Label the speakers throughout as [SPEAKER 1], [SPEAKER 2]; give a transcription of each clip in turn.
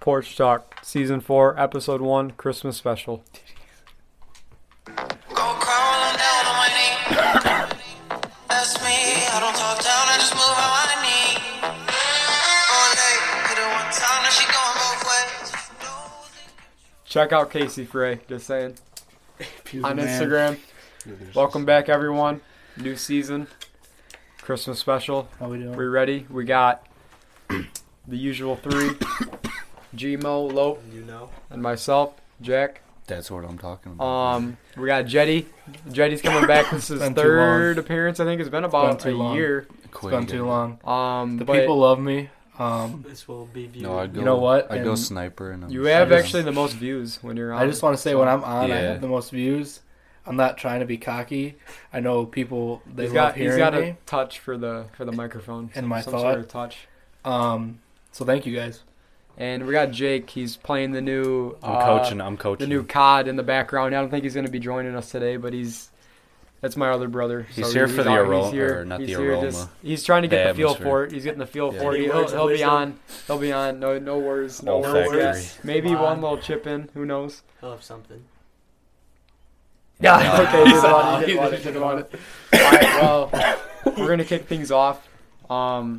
[SPEAKER 1] Porch Talk, Season 4, Episode 1, Christmas Special.
[SPEAKER 2] Go crawling down on my knee. That's me. I don't talk down, I just move how I need. Going late, Oh, hit her one time, now she going both ways.
[SPEAKER 1] Check out Casey Frey, just saying.
[SPEAKER 3] He's
[SPEAKER 1] On
[SPEAKER 3] the man.
[SPEAKER 1] Instagram. Welcome back, everyone. New season, Christmas Special.
[SPEAKER 3] How we
[SPEAKER 1] We
[SPEAKER 3] doing?
[SPEAKER 1] ready? We got the usual three Gmo, Lope,
[SPEAKER 4] You know.
[SPEAKER 1] and myself, Jack.
[SPEAKER 5] That's what I'm talking about.
[SPEAKER 1] Um, we got Jetty. Jetty's coming back. This is
[SPEAKER 3] been too
[SPEAKER 1] third
[SPEAKER 3] long.
[SPEAKER 1] appearance. I think it's been about
[SPEAKER 3] been too
[SPEAKER 1] a
[SPEAKER 3] long.
[SPEAKER 1] year.
[SPEAKER 3] It's
[SPEAKER 5] Quit
[SPEAKER 3] been
[SPEAKER 5] again.
[SPEAKER 3] too long.
[SPEAKER 1] Um,
[SPEAKER 3] The
[SPEAKER 1] but
[SPEAKER 3] people love me. Um,
[SPEAKER 4] This will be viewed.
[SPEAKER 5] No, I'd go,
[SPEAKER 3] You know what?
[SPEAKER 5] I'd go
[SPEAKER 3] And-
[SPEAKER 5] sniper. And I'm
[SPEAKER 1] you have
[SPEAKER 5] shooting.
[SPEAKER 1] actually the most views when you're on.
[SPEAKER 3] I just want to say when I'm on, I
[SPEAKER 5] Yeah.
[SPEAKER 3] have the most views. I'm not trying to be cocky. I know people they
[SPEAKER 1] He's
[SPEAKER 3] love
[SPEAKER 1] got he's
[SPEAKER 3] hearing
[SPEAKER 1] got
[SPEAKER 3] me.
[SPEAKER 1] a touch for the for the microphone
[SPEAKER 3] And my
[SPEAKER 1] some
[SPEAKER 3] thought.
[SPEAKER 1] sort of touch.
[SPEAKER 3] Um, so thank you guys.
[SPEAKER 1] And we got Jake. He's playing the new.
[SPEAKER 6] I'm
[SPEAKER 1] uh,
[SPEAKER 6] coaching. I'm
[SPEAKER 1] the
[SPEAKER 6] coaching.
[SPEAKER 1] new COD in the background. I don't think he's going to be joining us today, but he's that's my other brother.
[SPEAKER 5] He's here for the
[SPEAKER 1] on-
[SPEAKER 5] aroma-
[SPEAKER 1] he's here-
[SPEAKER 5] or not
[SPEAKER 1] he's
[SPEAKER 5] the
[SPEAKER 1] here
[SPEAKER 5] aroma.
[SPEAKER 1] just- he's trying to get the,
[SPEAKER 5] The
[SPEAKER 1] feel
[SPEAKER 5] atmosphere.
[SPEAKER 1] for it. He's getting the feel
[SPEAKER 5] Yeah.
[SPEAKER 1] for it.
[SPEAKER 4] Any
[SPEAKER 1] He'll,
[SPEAKER 4] words of
[SPEAKER 1] he'll be
[SPEAKER 4] wisdom?
[SPEAKER 1] on. He'll be on. No, no words. No
[SPEAKER 6] Old
[SPEAKER 1] words.
[SPEAKER 6] factory.
[SPEAKER 1] Yes. Maybe
[SPEAKER 4] Come
[SPEAKER 1] one
[SPEAKER 4] on.
[SPEAKER 1] little chip in. Who knows?
[SPEAKER 4] He'll have something.
[SPEAKER 1] Yeah.
[SPEAKER 5] Yeah.
[SPEAKER 1] okay. He's
[SPEAKER 3] Nah,
[SPEAKER 1] on. He's
[SPEAKER 3] he
[SPEAKER 1] on.
[SPEAKER 3] didn't
[SPEAKER 1] He's on.
[SPEAKER 3] want
[SPEAKER 1] All right. Well, we're gonna kick things off. Um.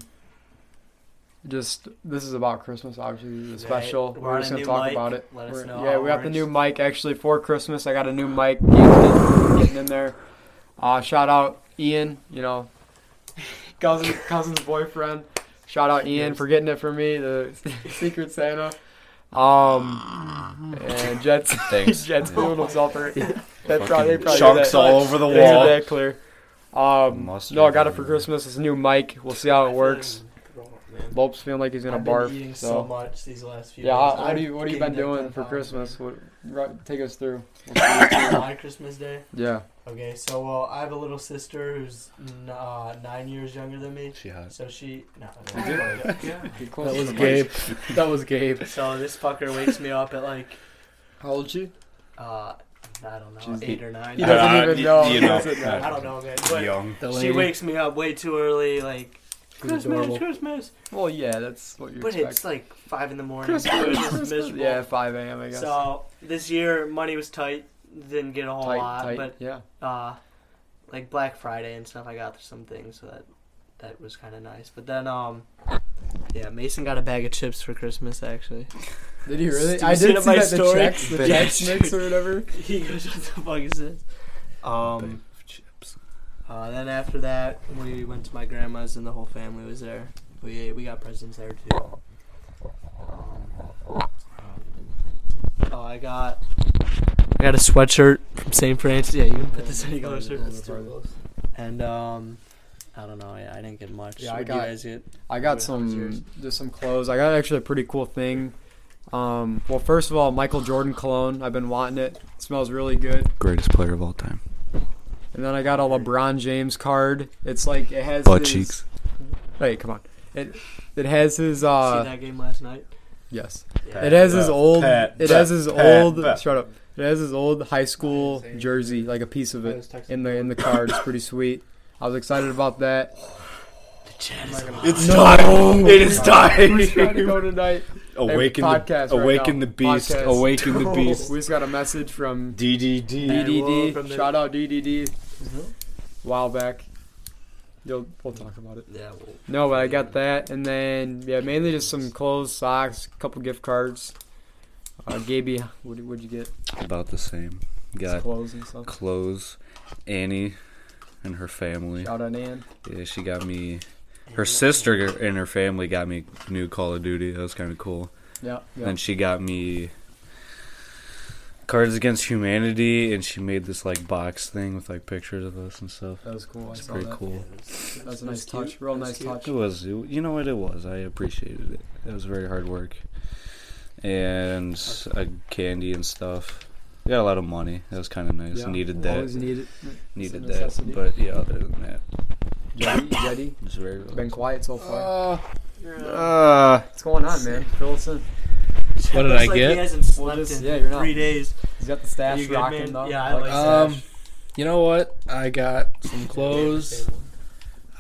[SPEAKER 1] Just this is about Christmas, obviously. This is a
[SPEAKER 4] Right.
[SPEAKER 1] special.
[SPEAKER 4] We're
[SPEAKER 1] We're,
[SPEAKER 4] on
[SPEAKER 1] just
[SPEAKER 4] a
[SPEAKER 1] gonna
[SPEAKER 4] new
[SPEAKER 1] talk
[SPEAKER 4] mic.
[SPEAKER 1] about it.
[SPEAKER 4] Let us
[SPEAKER 1] We're-
[SPEAKER 4] know
[SPEAKER 1] yeah,
[SPEAKER 4] how
[SPEAKER 1] we
[SPEAKER 4] it
[SPEAKER 1] got the
[SPEAKER 4] works.
[SPEAKER 1] new mic actually for Christmas. I got a new mic getting in, getting in there. Uh, shout out Ian, you know, cousin cousin's boyfriend. Shout out Ian for getting it for me, the Secret Santa. Um, and Jets,
[SPEAKER 5] Thanks.
[SPEAKER 1] Jets
[SPEAKER 5] Yeah.
[SPEAKER 1] feeling himself hurt. That's probably, they
[SPEAKER 5] Fucking
[SPEAKER 1] probably heard
[SPEAKER 6] Sharks
[SPEAKER 1] that.
[SPEAKER 6] all over the
[SPEAKER 1] They heard
[SPEAKER 6] wall.
[SPEAKER 1] that clear. Um,
[SPEAKER 5] Mustard
[SPEAKER 1] no, I got it for
[SPEAKER 5] everywhere.
[SPEAKER 1] Christmas. It's a new mic. We'll see how
[SPEAKER 4] I
[SPEAKER 1] it
[SPEAKER 4] feel
[SPEAKER 1] works.
[SPEAKER 4] like I'm drunk, man.
[SPEAKER 1] Lope's feeling like he's gonna
[SPEAKER 4] I've
[SPEAKER 1] barf.
[SPEAKER 4] Been eating so,
[SPEAKER 1] so.
[SPEAKER 4] much these last few.
[SPEAKER 1] Yeah,
[SPEAKER 4] days.
[SPEAKER 1] how, how do you, what have you been
[SPEAKER 4] Gained up
[SPEAKER 1] doing
[SPEAKER 4] 10
[SPEAKER 1] for
[SPEAKER 4] pounds.
[SPEAKER 1] Christmas? What, right, take us through.
[SPEAKER 4] My Christmas day.
[SPEAKER 1] Yeah.
[SPEAKER 4] Okay, so well, I have a little sister who's n- uh, nine years younger than me.
[SPEAKER 5] She hot.
[SPEAKER 4] So she no.
[SPEAKER 1] Get close
[SPEAKER 3] That
[SPEAKER 1] to
[SPEAKER 3] was
[SPEAKER 1] the mic.
[SPEAKER 3] Gabe. That was Gabe.
[SPEAKER 4] so this fucker wakes me up at like
[SPEAKER 1] How old she?
[SPEAKER 4] uh, I don't know,
[SPEAKER 1] She's-
[SPEAKER 4] eight or nine.
[SPEAKER 1] He doesn't
[SPEAKER 6] Uh,
[SPEAKER 1] even
[SPEAKER 6] you-
[SPEAKER 1] know.
[SPEAKER 6] you
[SPEAKER 1] He
[SPEAKER 6] know.
[SPEAKER 1] doesn't
[SPEAKER 4] I don't know, man. But
[SPEAKER 6] Young.
[SPEAKER 4] she wakes me up way too early, like Christmas,
[SPEAKER 3] adorable.
[SPEAKER 4] Christmas.
[SPEAKER 1] Well, yeah, that's what you
[SPEAKER 4] But
[SPEAKER 1] expect.
[SPEAKER 4] it's like five in the morning.
[SPEAKER 1] Christmas,
[SPEAKER 4] It was just miserable.
[SPEAKER 1] Yeah, 5 a.m. I guess.
[SPEAKER 4] So this year money was tight. Didn't get a whole
[SPEAKER 1] tight,
[SPEAKER 4] lot,
[SPEAKER 1] tight.
[SPEAKER 4] but
[SPEAKER 1] yeah.
[SPEAKER 4] uh, like Black Friday and stuff, I got some things, so that that was kind of nice. But then um, yeah, Mason got a bag of chips for Christmas actually.
[SPEAKER 1] Did he really?
[SPEAKER 4] Did
[SPEAKER 1] I
[SPEAKER 4] you
[SPEAKER 1] did
[SPEAKER 4] see
[SPEAKER 1] see
[SPEAKER 4] it in my
[SPEAKER 1] that the
[SPEAKER 4] story?
[SPEAKER 1] checks, the
[SPEAKER 4] Yeah,
[SPEAKER 1] checks
[SPEAKER 4] dude.
[SPEAKER 1] mix or whatever.
[SPEAKER 4] he goes, what the fuck is this? Um. Uh, then after that, we went to my grandma's and the whole family was there. We we got presents there too. Um, Oh, I got I got a sweatshirt from St. Francis. Yeah, you can put this any closer. And um, I don't know. Yeah, I didn't get much.
[SPEAKER 1] Yeah, I
[SPEAKER 4] What'd
[SPEAKER 1] got-
[SPEAKER 4] you guys get?
[SPEAKER 1] I got
[SPEAKER 4] How was yours?
[SPEAKER 1] some just some clothes. I got actually a pretty cool thing. Um, well, first of all, Michael Jordan cologne. I've been wanting it. it. Smells really good.
[SPEAKER 5] Greatest player of all time.
[SPEAKER 1] And then I got a LeBron James card. It's like it has
[SPEAKER 5] Butt
[SPEAKER 1] his-
[SPEAKER 5] cheeks.
[SPEAKER 1] Hey, come on. It it has his
[SPEAKER 4] See
[SPEAKER 1] uh
[SPEAKER 4] that game last night?
[SPEAKER 1] yes.
[SPEAKER 4] Yeah.
[SPEAKER 1] It has his
[SPEAKER 6] Pat,
[SPEAKER 1] old
[SPEAKER 6] Pat,
[SPEAKER 1] it has his
[SPEAKER 6] Pat,
[SPEAKER 1] old
[SPEAKER 6] Pat.
[SPEAKER 1] shut up. It has his old high school
[SPEAKER 3] Same.
[SPEAKER 1] jersey, like a piece of
[SPEAKER 3] I
[SPEAKER 1] it
[SPEAKER 3] was texting
[SPEAKER 1] in the in the card. It's pretty sweet. I was excited about that.
[SPEAKER 6] It's
[SPEAKER 1] No.
[SPEAKER 6] time. It is
[SPEAKER 1] Who's trying to
[SPEAKER 6] time.
[SPEAKER 1] go tonight?
[SPEAKER 6] awaken
[SPEAKER 1] Hey,
[SPEAKER 6] the
[SPEAKER 1] podcast right
[SPEAKER 6] awaken
[SPEAKER 1] now.
[SPEAKER 6] the beast.
[SPEAKER 1] Podcast.
[SPEAKER 6] Awaken the
[SPEAKER 1] We
[SPEAKER 6] beast.
[SPEAKER 1] just got a message from
[SPEAKER 6] DDD.
[SPEAKER 4] Hey, Mm-hmm. well,
[SPEAKER 1] DDD.
[SPEAKER 4] from the-
[SPEAKER 1] Shout out DDD. While back. You'll, we'll talk about it.
[SPEAKER 4] Yeah. Well,
[SPEAKER 1] No, but I got that, and then yeah, mainly just some clothes, socks, a couple gift cards. Uh, Gaby, what would you get?
[SPEAKER 5] About the same.
[SPEAKER 1] Just
[SPEAKER 5] Got
[SPEAKER 1] clothes and stuff.
[SPEAKER 5] clothes. Annie and her family.
[SPEAKER 1] Shout out Ann.
[SPEAKER 5] Yeah, she got me. Her sister and her family got me new Call of Duty. That was kind of cool.
[SPEAKER 1] Yeah. yeah.
[SPEAKER 5] And she got me Cards Against Humanity, and she made this like box thing with like pictures of us and stuff.
[SPEAKER 1] that was cool. Oh, I
[SPEAKER 5] It's
[SPEAKER 1] saw
[SPEAKER 5] pretty
[SPEAKER 1] that.
[SPEAKER 5] cool.
[SPEAKER 1] That was a nice
[SPEAKER 4] That's cute.
[SPEAKER 1] touch. Real
[SPEAKER 4] That's
[SPEAKER 1] nice
[SPEAKER 4] cute.
[SPEAKER 1] touch.
[SPEAKER 5] It was, you know what it was. I appreciated it. It was very hard work, and uh, candy and stuff. We got a lot of money. That was kind of nice.
[SPEAKER 1] Yeah.
[SPEAKER 5] Needed
[SPEAKER 1] Always
[SPEAKER 5] that.
[SPEAKER 1] need it.
[SPEAKER 5] Needed
[SPEAKER 1] it's a
[SPEAKER 5] that.
[SPEAKER 1] necessity.
[SPEAKER 5] But yeah, other than that,
[SPEAKER 1] Jetty, Jetty,
[SPEAKER 5] it's very.
[SPEAKER 1] been quiet so far.
[SPEAKER 5] Uh,
[SPEAKER 1] What's going on, man? Fill us in.
[SPEAKER 5] What did
[SPEAKER 4] Looks
[SPEAKER 5] I
[SPEAKER 4] like He
[SPEAKER 5] get?
[SPEAKER 4] hasn't slept
[SPEAKER 1] just-
[SPEAKER 4] in
[SPEAKER 1] yeah, you're not-
[SPEAKER 4] three days.
[SPEAKER 1] He's got the stash
[SPEAKER 4] You good,
[SPEAKER 1] rocking
[SPEAKER 4] man?
[SPEAKER 1] though.
[SPEAKER 4] Yeah, I like that.
[SPEAKER 3] Um, you know what? I got some clothes.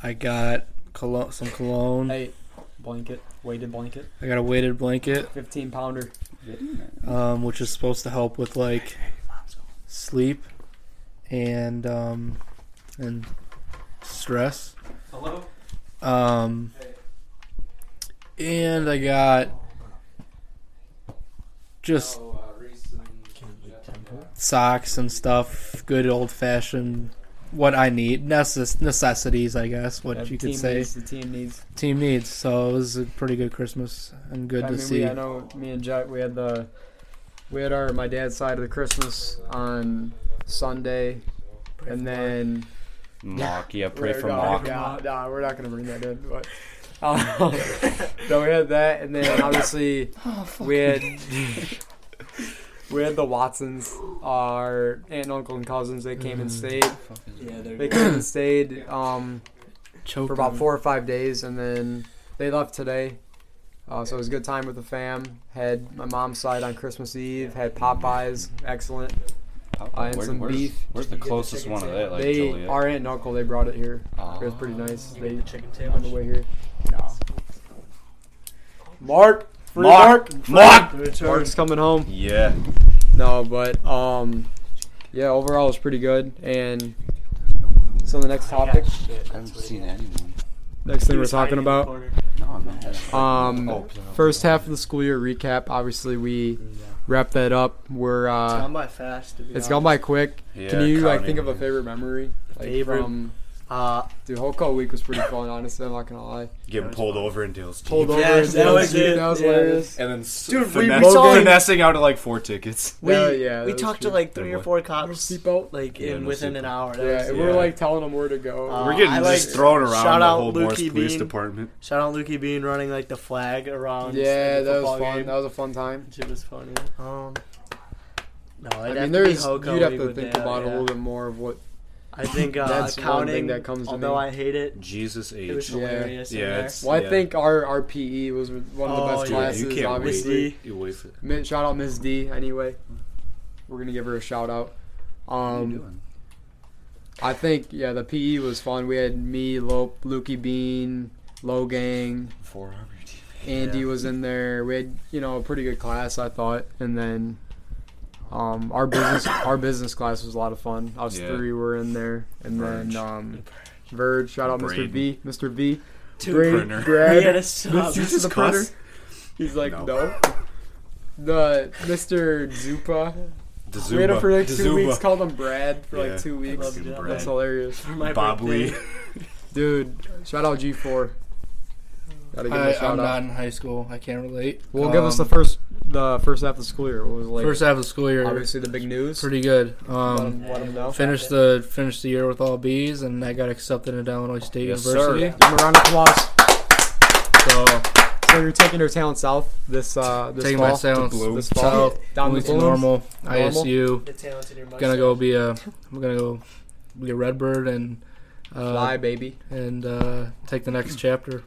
[SPEAKER 3] I got cologne, some cologne.
[SPEAKER 1] Hey, blanket, weighted blanket,
[SPEAKER 3] I got a weighted blanket,
[SPEAKER 1] 15 pounder.
[SPEAKER 3] um, which is supposed to help with like sleep and um, and stress.
[SPEAKER 1] Hello.
[SPEAKER 3] Um, and I got just socks and stuff, good old fashioned what I need, necess- necessities, I guess, what you could say.
[SPEAKER 1] Needs, the team needs.
[SPEAKER 3] Team needs. So it was a pretty good Christmas and good
[SPEAKER 1] I
[SPEAKER 3] to
[SPEAKER 1] mean,
[SPEAKER 3] see.
[SPEAKER 1] We, I know me and Jack, we had the, we had our my dad's side of the Christmas on Sunday, and then.
[SPEAKER 5] Mock, yeah, pray
[SPEAKER 1] We're
[SPEAKER 5] for
[SPEAKER 1] not-
[SPEAKER 5] mock.
[SPEAKER 1] Yeah, nah, we're not gonna bring that in. But um, so we had that, and then obviously we had we had the Watsons, our aunt, uncle, and cousins. They came and stayed.
[SPEAKER 4] Yeah, they're
[SPEAKER 1] They came and stayed um,
[SPEAKER 3] Choked
[SPEAKER 1] for
[SPEAKER 3] on-
[SPEAKER 1] about four or five days, and then they left today. Uh, so it was a good time with the fam. Had my mom's side on Christmas Eve. Had Popeyes, excellent. I had some
[SPEAKER 5] where's,
[SPEAKER 1] beef.
[SPEAKER 5] Where's the closest one of that? Like
[SPEAKER 1] they
[SPEAKER 5] Joliet? Ah.
[SPEAKER 1] our aunt and uncle they brought it here. It was pretty nice. They on the way here. Mark, free Mark,
[SPEAKER 5] Mark, Mark,
[SPEAKER 1] Mark's coming home.
[SPEAKER 5] yeah.
[SPEAKER 1] No, but um, yeah, overall it's pretty good. And so the next topic,
[SPEAKER 5] I haven't seen anyone.
[SPEAKER 1] next thing we're talking about,
[SPEAKER 5] No, I'm not.
[SPEAKER 1] um, first half of the school year recap. Obviously, we wrap that up. We're uh,
[SPEAKER 4] by fast. To be
[SPEAKER 1] it's gone by quick. Can you like think of a favorite
[SPEAKER 5] favorite?
[SPEAKER 1] memory? Like,
[SPEAKER 4] Favorite?
[SPEAKER 1] From,
[SPEAKER 4] Uh,
[SPEAKER 1] dude, whole call week was pretty fun. Honestly, I'm not gonna lie.
[SPEAKER 6] Getting pulled over in Dale's
[SPEAKER 1] Pulled over.
[SPEAKER 4] Yes,
[SPEAKER 1] and
[SPEAKER 4] that was
[SPEAKER 1] dude,
[SPEAKER 4] it.
[SPEAKER 1] That was
[SPEAKER 4] Yeah.
[SPEAKER 1] hilarious.
[SPEAKER 6] And then
[SPEAKER 4] Dude,
[SPEAKER 6] Dude,
[SPEAKER 4] we-
[SPEAKER 6] finesse-
[SPEAKER 4] we saw him.
[SPEAKER 6] finessing out of like four tickets.
[SPEAKER 4] we
[SPEAKER 1] Yeah, yeah, that
[SPEAKER 4] we
[SPEAKER 1] was
[SPEAKER 4] talked to
[SPEAKER 1] true.
[SPEAKER 4] like three or four cops,
[SPEAKER 1] Seatbelt.
[SPEAKER 4] like
[SPEAKER 5] Yeah,
[SPEAKER 4] in
[SPEAKER 5] no
[SPEAKER 4] within an
[SPEAKER 5] seatbelt.
[SPEAKER 4] hour. That
[SPEAKER 1] Yeah,
[SPEAKER 4] was-
[SPEAKER 1] and we're
[SPEAKER 6] yeah.
[SPEAKER 1] like telling them where to go.
[SPEAKER 4] Uh,
[SPEAKER 6] We're getting
[SPEAKER 4] I
[SPEAKER 6] just
[SPEAKER 4] like-
[SPEAKER 6] thrown around
[SPEAKER 4] shout
[SPEAKER 6] the
[SPEAKER 4] out
[SPEAKER 6] whole Morris
[SPEAKER 4] Lukey
[SPEAKER 6] Police
[SPEAKER 4] Bean.
[SPEAKER 6] Department.
[SPEAKER 4] Shout out Lukey Bean running like the flag around.
[SPEAKER 1] yeah,
[SPEAKER 4] the
[SPEAKER 1] that was
[SPEAKER 4] football
[SPEAKER 1] fun.
[SPEAKER 4] game.
[SPEAKER 1] That was a fun time.
[SPEAKER 4] Shit was funny. Um, no,
[SPEAKER 1] I mean,
[SPEAKER 4] I'd have to be
[SPEAKER 1] there's
[SPEAKER 4] Hoka
[SPEAKER 1] you'd have
[SPEAKER 4] League
[SPEAKER 1] to
[SPEAKER 4] with
[SPEAKER 1] think
[SPEAKER 4] Dad,
[SPEAKER 1] about it a
[SPEAKER 4] yeah.
[SPEAKER 1] little bit more of what.
[SPEAKER 4] I think uh,
[SPEAKER 1] That's one thing
[SPEAKER 4] accounting.
[SPEAKER 1] that comes to
[SPEAKER 4] although
[SPEAKER 1] me.
[SPEAKER 4] I hate it,
[SPEAKER 5] Jesus H.
[SPEAKER 4] it was
[SPEAKER 1] Yeah.
[SPEAKER 4] hilarious. in
[SPEAKER 6] Yeah,
[SPEAKER 4] there.
[SPEAKER 6] it's-
[SPEAKER 1] Well, I
[SPEAKER 6] Yeah.
[SPEAKER 1] think our, our PE was one of the
[SPEAKER 4] Oh,
[SPEAKER 1] best
[SPEAKER 4] yeah.
[SPEAKER 1] classes.
[SPEAKER 6] Dude, you can't wait.
[SPEAKER 1] obviously,
[SPEAKER 4] Miss D.
[SPEAKER 5] You wait for- what
[SPEAKER 1] Min- shout out Miss D. Anyway, we're gonna give her a shout out.
[SPEAKER 5] are you
[SPEAKER 1] Um,
[SPEAKER 5] doing?
[SPEAKER 1] I think yeah, the PE was fun. We had me, Lope, Lukey Bean, Logang,
[SPEAKER 5] Four armor team.
[SPEAKER 1] Andy
[SPEAKER 4] Yeah.
[SPEAKER 1] was in there. We had you know a pretty good class, I thought, and then um, our business our business class was a lot of fun. Us
[SPEAKER 5] Yeah.
[SPEAKER 1] three were in there, and
[SPEAKER 5] Verge.
[SPEAKER 1] then um, Verge. Shout out Mr.
[SPEAKER 6] Braden.
[SPEAKER 1] V. Mr. V.
[SPEAKER 4] Dude,
[SPEAKER 1] Braden,
[SPEAKER 6] printer.
[SPEAKER 1] Brad.
[SPEAKER 4] we had a sub.
[SPEAKER 1] Mr.
[SPEAKER 6] you just
[SPEAKER 1] the printer.
[SPEAKER 6] cuss?
[SPEAKER 1] He's like
[SPEAKER 6] No.
[SPEAKER 1] no. The Mr. Zupa.
[SPEAKER 6] The
[SPEAKER 1] We had him
[SPEAKER 6] Zumba.
[SPEAKER 1] for like
[SPEAKER 6] The
[SPEAKER 1] two weeks.
[SPEAKER 6] Zumba.
[SPEAKER 1] Called him Brad for
[SPEAKER 6] Yeah.
[SPEAKER 1] like two weeks.
[SPEAKER 4] Fucking
[SPEAKER 6] Brad.
[SPEAKER 1] That's hilarious,
[SPEAKER 4] for my
[SPEAKER 6] Bob
[SPEAKER 4] birthday.
[SPEAKER 6] Lee.
[SPEAKER 1] dude. Shout out G4. Gotta give him a
[SPEAKER 3] I,
[SPEAKER 1] shout
[SPEAKER 3] I'm
[SPEAKER 1] out.
[SPEAKER 3] not in high school. I can't relate.
[SPEAKER 1] Well, give us the
[SPEAKER 3] Um,
[SPEAKER 1] first the first half of the school year. What was like
[SPEAKER 3] first half of the school year.
[SPEAKER 1] obviously the big news.
[SPEAKER 3] Pretty good.
[SPEAKER 1] let,
[SPEAKER 3] Um,
[SPEAKER 1] him, let him know.
[SPEAKER 3] finished the finished the year with all B's, and I got accepted into Illinois State
[SPEAKER 5] Yes,
[SPEAKER 3] University.
[SPEAKER 5] sir.
[SPEAKER 1] Give him a round of applause.
[SPEAKER 3] So
[SPEAKER 1] So you're taking your talent south this uh this
[SPEAKER 3] taking
[SPEAKER 1] fall.
[SPEAKER 3] my talents
[SPEAKER 6] Blue.
[SPEAKER 1] this fall
[SPEAKER 3] south,
[SPEAKER 1] down the
[SPEAKER 3] moving to
[SPEAKER 1] Balloons.
[SPEAKER 3] normal
[SPEAKER 1] Normal.
[SPEAKER 3] ISU.
[SPEAKER 4] The talent in your mustache.
[SPEAKER 3] Gonna go be a. I'm gonna go be a Redbird and uh,
[SPEAKER 1] Fly baby.
[SPEAKER 3] and uh, take the next chapter.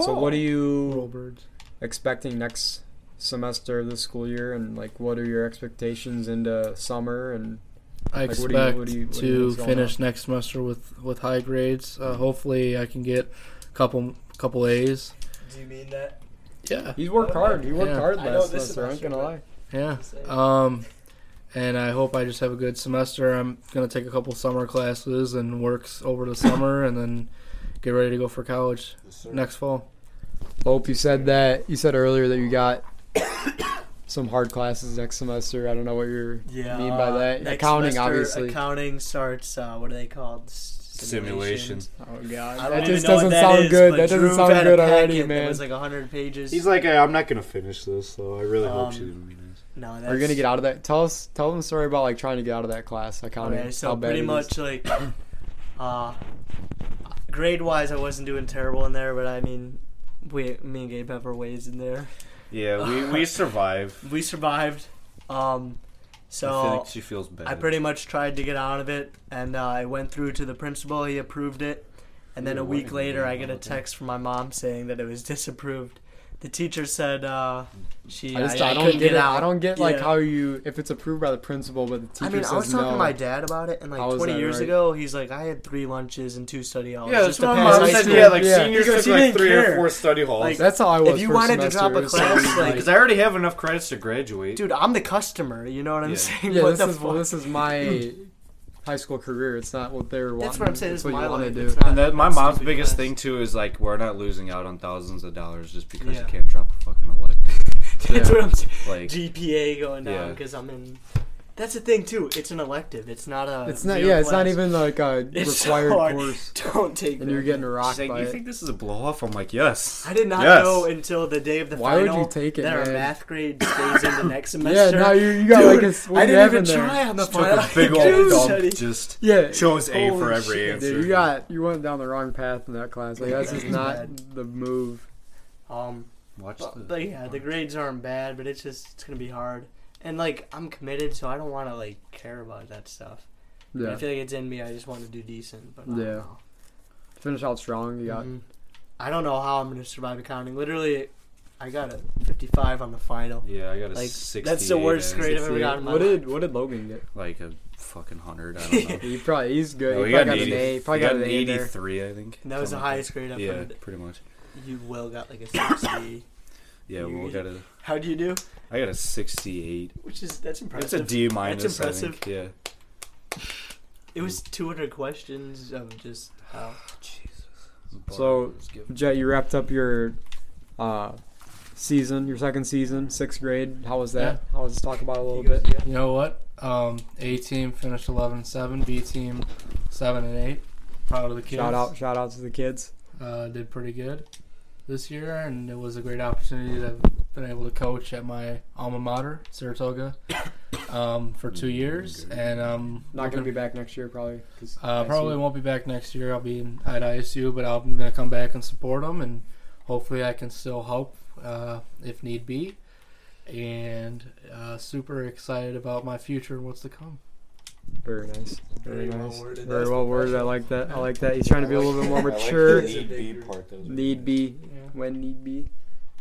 [SPEAKER 1] So what are you
[SPEAKER 3] Rollbirds.
[SPEAKER 1] expecting next semester of the school year, and like what are your expectations into summer? And
[SPEAKER 3] I
[SPEAKER 1] Like,
[SPEAKER 3] expect
[SPEAKER 1] what do you- what do you- what do you
[SPEAKER 3] to
[SPEAKER 1] think's going
[SPEAKER 3] finish next semester with, with high grades. Uh, hopefully, I can get a couple couple A's.
[SPEAKER 4] Do you mean that?
[SPEAKER 3] Yeah,
[SPEAKER 1] he's worked hard. He worked
[SPEAKER 3] Yeah.
[SPEAKER 1] hard
[SPEAKER 4] I know
[SPEAKER 1] last
[SPEAKER 4] this
[SPEAKER 1] semester. I ain't
[SPEAKER 4] semester,
[SPEAKER 1] gonna lie.
[SPEAKER 3] yeah.
[SPEAKER 1] Uh,
[SPEAKER 3] Um, and I hope I just have a good semester. I'm gonna take a couple summer classes and works over the summer, and then get ready to go for college next fall.
[SPEAKER 1] Hope you said that. You said earlier that you got. Some hard classes next semester. I don't know what you're
[SPEAKER 4] Yeah.
[SPEAKER 1] mean by that.
[SPEAKER 4] next
[SPEAKER 1] Accounting,
[SPEAKER 4] semester,
[SPEAKER 1] obviously.
[SPEAKER 4] Accounting starts. Uh, what are they called? S-
[SPEAKER 5] Simulation.
[SPEAKER 1] oh god,
[SPEAKER 4] I don't
[SPEAKER 1] that
[SPEAKER 4] even
[SPEAKER 1] just
[SPEAKER 4] know what
[SPEAKER 1] doesn't
[SPEAKER 4] that
[SPEAKER 1] sound
[SPEAKER 4] is,
[SPEAKER 1] good.
[SPEAKER 4] but
[SPEAKER 1] That doesn't
[SPEAKER 4] Drew
[SPEAKER 1] sound
[SPEAKER 4] had a
[SPEAKER 1] good already,
[SPEAKER 4] packet that
[SPEAKER 1] man.
[SPEAKER 4] was like 100 pages.
[SPEAKER 6] He's like, I'm not gonna finish this, though. I really
[SPEAKER 4] hope
[SPEAKER 6] hope
[SPEAKER 4] she
[SPEAKER 6] she
[SPEAKER 4] didn't
[SPEAKER 6] didn't mean this.
[SPEAKER 4] no, that's,
[SPEAKER 1] Are you gonna get out of that? Tell us, tell them the story about like trying to get out of that class. Accounting.
[SPEAKER 4] Okay, so
[SPEAKER 1] how bad
[SPEAKER 4] pretty
[SPEAKER 1] it is.
[SPEAKER 4] much like, uh, grade wise, I wasn't doing terrible in there, but I mean, we, me and Gabe have our ways in there.
[SPEAKER 5] Yeah, we we survive.
[SPEAKER 4] We survived. Um,
[SPEAKER 5] I
[SPEAKER 4] so
[SPEAKER 5] think she feels bad.
[SPEAKER 4] I pretty much tried to get out of it, and uh, I went through to the principal. He approved it, and then
[SPEAKER 5] Yeah,
[SPEAKER 4] a
[SPEAKER 5] why
[SPEAKER 4] week
[SPEAKER 5] didn't
[SPEAKER 4] later,
[SPEAKER 5] you
[SPEAKER 4] I get a
[SPEAKER 5] know that?
[SPEAKER 4] text from my mom saying that it was disapproved. The teacher said uh, she.
[SPEAKER 1] I just
[SPEAKER 4] I,
[SPEAKER 1] I,
[SPEAKER 4] I
[SPEAKER 1] don't
[SPEAKER 4] couldn't
[SPEAKER 1] get,
[SPEAKER 4] get
[SPEAKER 1] it.
[SPEAKER 4] out.
[SPEAKER 1] I don't get like
[SPEAKER 4] Yeah.
[SPEAKER 1] how you if it's approved by the principal, but the teacher
[SPEAKER 4] I mean,
[SPEAKER 1] says
[SPEAKER 4] I was talking
[SPEAKER 1] no.
[SPEAKER 4] to my dad about it, and like
[SPEAKER 1] How is
[SPEAKER 4] 20
[SPEAKER 1] that
[SPEAKER 4] years
[SPEAKER 1] right?
[SPEAKER 4] ago, he's like, I had three lunches and two study halls.
[SPEAKER 6] Yeah, that's
[SPEAKER 4] just to
[SPEAKER 6] what my
[SPEAKER 4] pass
[SPEAKER 6] mom
[SPEAKER 4] high
[SPEAKER 6] said.
[SPEAKER 4] school.
[SPEAKER 6] Yeah, like
[SPEAKER 1] Yeah.
[SPEAKER 6] seniors
[SPEAKER 4] Because
[SPEAKER 6] took
[SPEAKER 4] she
[SPEAKER 6] like
[SPEAKER 4] didn't
[SPEAKER 6] three
[SPEAKER 4] care.
[SPEAKER 6] or four study halls.
[SPEAKER 4] Like,
[SPEAKER 1] That's how I was.
[SPEAKER 4] you
[SPEAKER 1] first
[SPEAKER 4] wanted to drop
[SPEAKER 1] semester,
[SPEAKER 4] a
[SPEAKER 1] is
[SPEAKER 4] class,
[SPEAKER 1] something
[SPEAKER 4] like-
[SPEAKER 6] Because I already have enough credits to graduate.
[SPEAKER 4] Dude, I'm the customer. You know what I'm
[SPEAKER 6] Yeah.
[SPEAKER 4] saying?
[SPEAKER 1] yeah,
[SPEAKER 4] what
[SPEAKER 1] this
[SPEAKER 4] the
[SPEAKER 1] is well,
[SPEAKER 4] fuck?
[SPEAKER 1] this is my high school career. It's not what they're wanting.
[SPEAKER 4] That's what I'm saying. This
[SPEAKER 1] It's
[SPEAKER 4] is
[SPEAKER 1] what
[SPEAKER 4] my
[SPEAKER 1] you want
[SPEAKER 4] life.
[SPEAKER 1] to
[SPEAKER 4] It's
[SPEAKER 1] do.
[SPEAKER 4] not
[SPEAKER 5] And that my
[SPEAKER 4] that
[SPEAKER 5] mom's
[SPEAKER 4] stupid
[SPEAKER 5] biggest
[SPEAKER 4] class.
[SPEAKER 5] thing too is like we're not losing out on thousands of dollars just because
[SPEAKER 4] Yeah.
[SPEAKER 5] you can't drop a fucking elective.
[SPEAKER 4] That's what I'm saying.
[SPEAKER 5] Like
[SPEAKER 4] GPA going down
[SPEAKER 5] Yeah.
[SPEAKER 4] because I'm in. That's the thing too. It's an elective. It's not a.
[SPEAKER 1] It's not.
[SPEAKER 4] real
[SPEAKER 1] Yeah, it's
[SPEAKER 4] class.
[SPEAKER 1] not even like a
[SPEAKER 4] It's so
[SPEAKER 1] required
[SPEAKER 4] hard.
[SPEAKER 1] course,
[SPEAKER 4] Don't take.
[SPEAKER 1] and you're
[SPEAKER 4] that.
[SPEAKER 1] getting rocked
[SPEAKER 5] she's like,
[SPEAKER 1] by
[SPEAKER 5] you
[SPEAKER 1] it.
[SPEAKER 5] think this is a blow off? I'm like, yes.
[SPEAKER 4] I did not
[SPEAKER 5] Yes.
[SPEAKER 4] know until the day of the
[SPEAKER 1] Why would
[SPEAKER 4] final
[SPEAKER 1] you take it,
[SPEAKER 4] that our
[SPEAKER 1] man?
[SPEAKER 4] math grade stays in the next
[SPEAKER 1] Yeah,
[SPEAKER 4] semester.
[SPEAKER 1] now you, you got like a.
[SPEAKER 4] Dude,
[SPEAKER 1] s- What
[SPEAKER 4] I
[SPEAKER 1] do you
[SPEAKER 4] didn't
[SPEAKER 1] have
[SPEAKER 4] even
[SPEAKER 1] in there?
[SPEAKER 4] try on the
[SPEAKER 5] Took
[SPEAKER 4] final.
[SPEAKER 5] a big
[SPEAKER 4] Dude,
[SPEAKER 5] old
[SPEAKER 4] study.
[SPEAKER 5] dump. Just
[SPEAKER 1] Yeah,
[SPEAKER 6] Chose A
[SPEAKER 4] Holy
[SPEAKER 6] for every
[SPEAKER 4] shit,
[SPEAKER 6] answer.
[SPEAKER 1] dude, you got you went down the wrong path in that class. Like that's just not the move.
[SPEAKER 4] Um,
[SPEAKER 5] watch the.
[SPEAKER 4] but, but yeah, the grades aren't bad, but it's just it's gonna be hard. And like I'm committed, so I don't want to like care about that stuff. I
[SPEAKER 1] Yeah,
[SPEAKER 4] feel like it's in me. I just want to do decent, but um, I
[SPEAKER 1] Yeah.
[SPEAKER 4] don't know.
[SPEAKER 1] finish out strong. You got
[SPEAKER 4] Mhm. I don't know how I'm gonna survive accounting. Literally, I got a 55 on the final.
[SPEAKER 5] yeah, I got a
[SPEAKER 4] Like,
[SPEAKER 5] sixty.
[SPEAKER 4] that's the worst grade I've ever gotten. in my
[SPEAKER 1] what
[SPEAKER 4] life.
[SPEAKER 1] did what did Logan get?
[SPEAKER 5] Like a fucking hundred. I don't know.
[SPEAKER 1] He probably he's good.
[SPEAKER 5] No,
[SPEAKER 1] he
[SPEAKER 5] he
[SPEAKER 1] probably
[SPEAKER 5] got
[SPEAKER 1] got,
[SPEAKER 5] an
[SPEAKER 1] an
[SPEAKER 5] 80.
[SPEAKER 1] A. Probably
[SPEAKER 5] I
[SPEAKER 1] got,
[SPEAKER 5] got
[SPEAKER 1] an A in there.
[SPEAKER 5] eighty-three, I think.
[SPEAKER 4] And that was the
[SPEAKER 5] Something like
[SPEAKER 4] highest grade I've
[SPEAKER 5] Yeah,
[SPEAKER 4] ever.
[SPEAKER 5] pretty much.
[SPEAKER 4] You will got like a 60.
[SPEAKER 5] Yeah,
[SPEAKER 4] You-
[SPEAKER 5] well, got a.
[SPEAKER 4] How'd you do?
[SPEAKER 5] I got a sixty-eight.
[SPEAKER 4] Which is that's
[SPEAKER 5] It's
[SPEAKER 4] impressive.
[SPEAKER 5] a D minus.
[SPEAKER 4] That's
[SPEAKER 5] I
[SPEAKER 4] impressive.
[SPEAKER 5] think. Yeah.
[SPEAKER 4] It was 200 questions of just how.
[SPEAKER 5] Jesus.
[SPEAKER 1] So- Jet, you wrapped up your uh, season, your second season, sixth grade. How was that? How was talk about it a little bit?
[SPEAKER 3] You know what? Um, A team finished 11 and 7, B team 7 and 8. Proud of the kids.
[SPEAKER 1] Shout out, shout out to the kids.
[SPEAKER 3] Uh, did pretty good this year, and it was a great opportunity to have been able to coach at my alma mater, Saratoga, um, for two years. And um,
[SPEAKER 1] Not gonna be back next year probably. 'cause
[SPEAKER 3] Uh,
[SPEAKER 1] I
[SPEAKER 3] probably
[SPEAKER 1] see-
[SPEAKER 3] won't be back next year. I'll be in, at ISU, but I'm going to come back and support them, and hopefully I can still help uh, if need be. And uh, super excited about my future and what's to come.
[SPEAKER 1] Very nice. Very,
[SPEAKER 4] Very well
[SPEAKER 1] nice.
[SPEAKER 4] worded.
[SPEAKER 1] Very
[SPEAKER 4] That's
[SPEAKER 1] well worded. I like that. I like that. He's trying to be a little bit more mature.
[SPEAKER 4] the need be
[SPEAKER 6] part.
[SPEAKER 1] Need be when need be.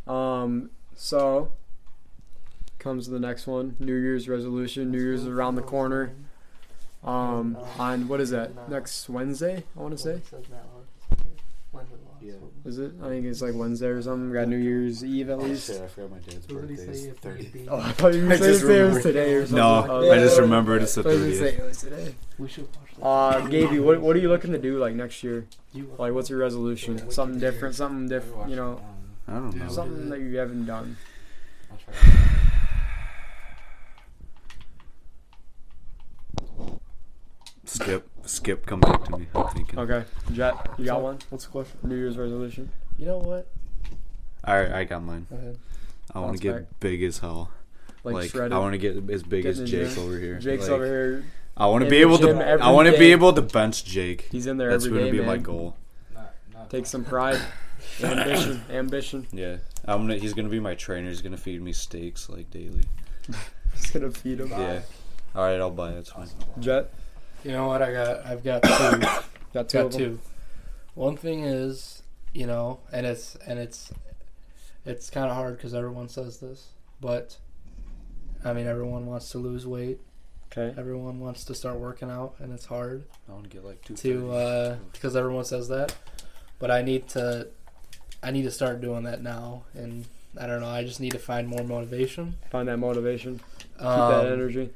[SPEAKER 1] Um. So comes the next one. New Year's resolution. New Year's is around the corner. Um. On what is that? Next Wednesday. I want to say.
[SPEAKER 6] Yeah.
[SPEAKER 1] Is it? I think it's like Wednesday or something. We got New Year's Eve at least.
[SPEAKER 6] I forgot my dad's birthday. is 30.
[SPEAKER 1] Oh, I thought you were
[SPEAKER 6] I
[SPEAKER 1] going to
[SPEAKER 6] just
[SPEAKER 1] say it was
[SPEAKER 6] remembered.
[SPEAKER 1] today or something.
[SPEAKER 5] No,
[SPEAKER 1] like
[SPEAKER 5] I
[SPEAKER 1] that.
[SPEAKER 5] just remembered it's the
[SPEAKER 1] I was gonna say
[SPEAKER 5] thirtieth.
[SPEAKER 1] it was today.
[SPEAKER 4] We should watch that.
[SPEAKER 1] Uh, Gaby, what what are you looking to do like next year?
[SPEAKER 4] You-
[SPEAKER 1] Like, what's your resolution? Something different, something different, you know,
[SPEAKER 5] I don't know.
[SPEAKER 1] something that you haven't done.
[SPEAKER 5] Skip, skip, come back to me. I'm thinking.
[SPEAKER 1] Okay, Jet, you got one?
[SPEAKER 3] What's the question?
[SPEAKER 1] New Year's resolution?
[SPEAKER 3] You know what?
[SPEAKER 5] All right, I got mine.
[SPEAKER 3] Go ahead.
[SPEAKER 5] I want
[SPEAKER 1] Bounce
[SPEAKER 5] to get
[SPEAKER 1] back.
[SPEAKER 5] big as hell.
[SPEAKER 1] Like,
[SPEAKER 5] Like,
[SPEAKER 1] shredded.
[SPEAKER 5] I want to get as big
[SPEAKER 1] Get
[SPEAKER 5] as
[SPEAKER 1] in
[SPEAKER 5] Jake
[SPEAKER 1] there.
[SPEAKER 5] over here.
[SPEAKER 1] Jake's
[SPEAKER 5] Like,
[SPEAKER 1] over here.
[SPEAKER 5] I want
[SPEAKER 1] in
[SPEAKER 5] to be
[SPEAKER 1] the
[SPEAKER 5] able
[SPEAKER 1] gym
[SPEAKER 5] to.
[SPEAKER 1] every
[SPEAKER 5] I want to
[SPEAKER 1] day.
[SPEAKER 5] be able to bench Jake.
[SPEAKER 1] He's in there
[SPEAKER 5] That's
[SPEAKER 1] every day,
[SPEAKER 5] going to be
[SPEAKER 1] man.
[SPEAKER 5] my goal.
[SPEAKER 1] Take some pride, ambition, ambition.
[SPEAKER 5] Yeah, I'm gonna. He's gonna be my trainer. He's gonna feed me steaks like daily.
[SPEAKER 1] Just gonna feed him.
[SPEAKER 5] Yeah. All right, I'll buy it. It's fine.
[SPEAKER 1] Jet,
[SPEAKER 3] You know what? I got. I've got two.
[SPEAKER 1] got two.
[SPEAKER 3] got
[SPEAKER 1] of 'em.
[SPEAKER 3] two. One thing is, you know, and it's and it's it's kind of hard because everyone says this, but I mean, everyone wants to lose weight.
[SPEAKER 1] Okay.
[SPEAKER 3] Everyone wants to start working out, and it's hard
[SPEAKER 5] I want to uh, get like two.
[SPEAKER 3] to because everyone says that. But I need to, I need to start doing that now, and I don't know. I just need to find more motivation.
[SPEAKER 1] Find that motivation. Keep that
[SPEAKER 3] Um,
[SPEAKER 1] energy.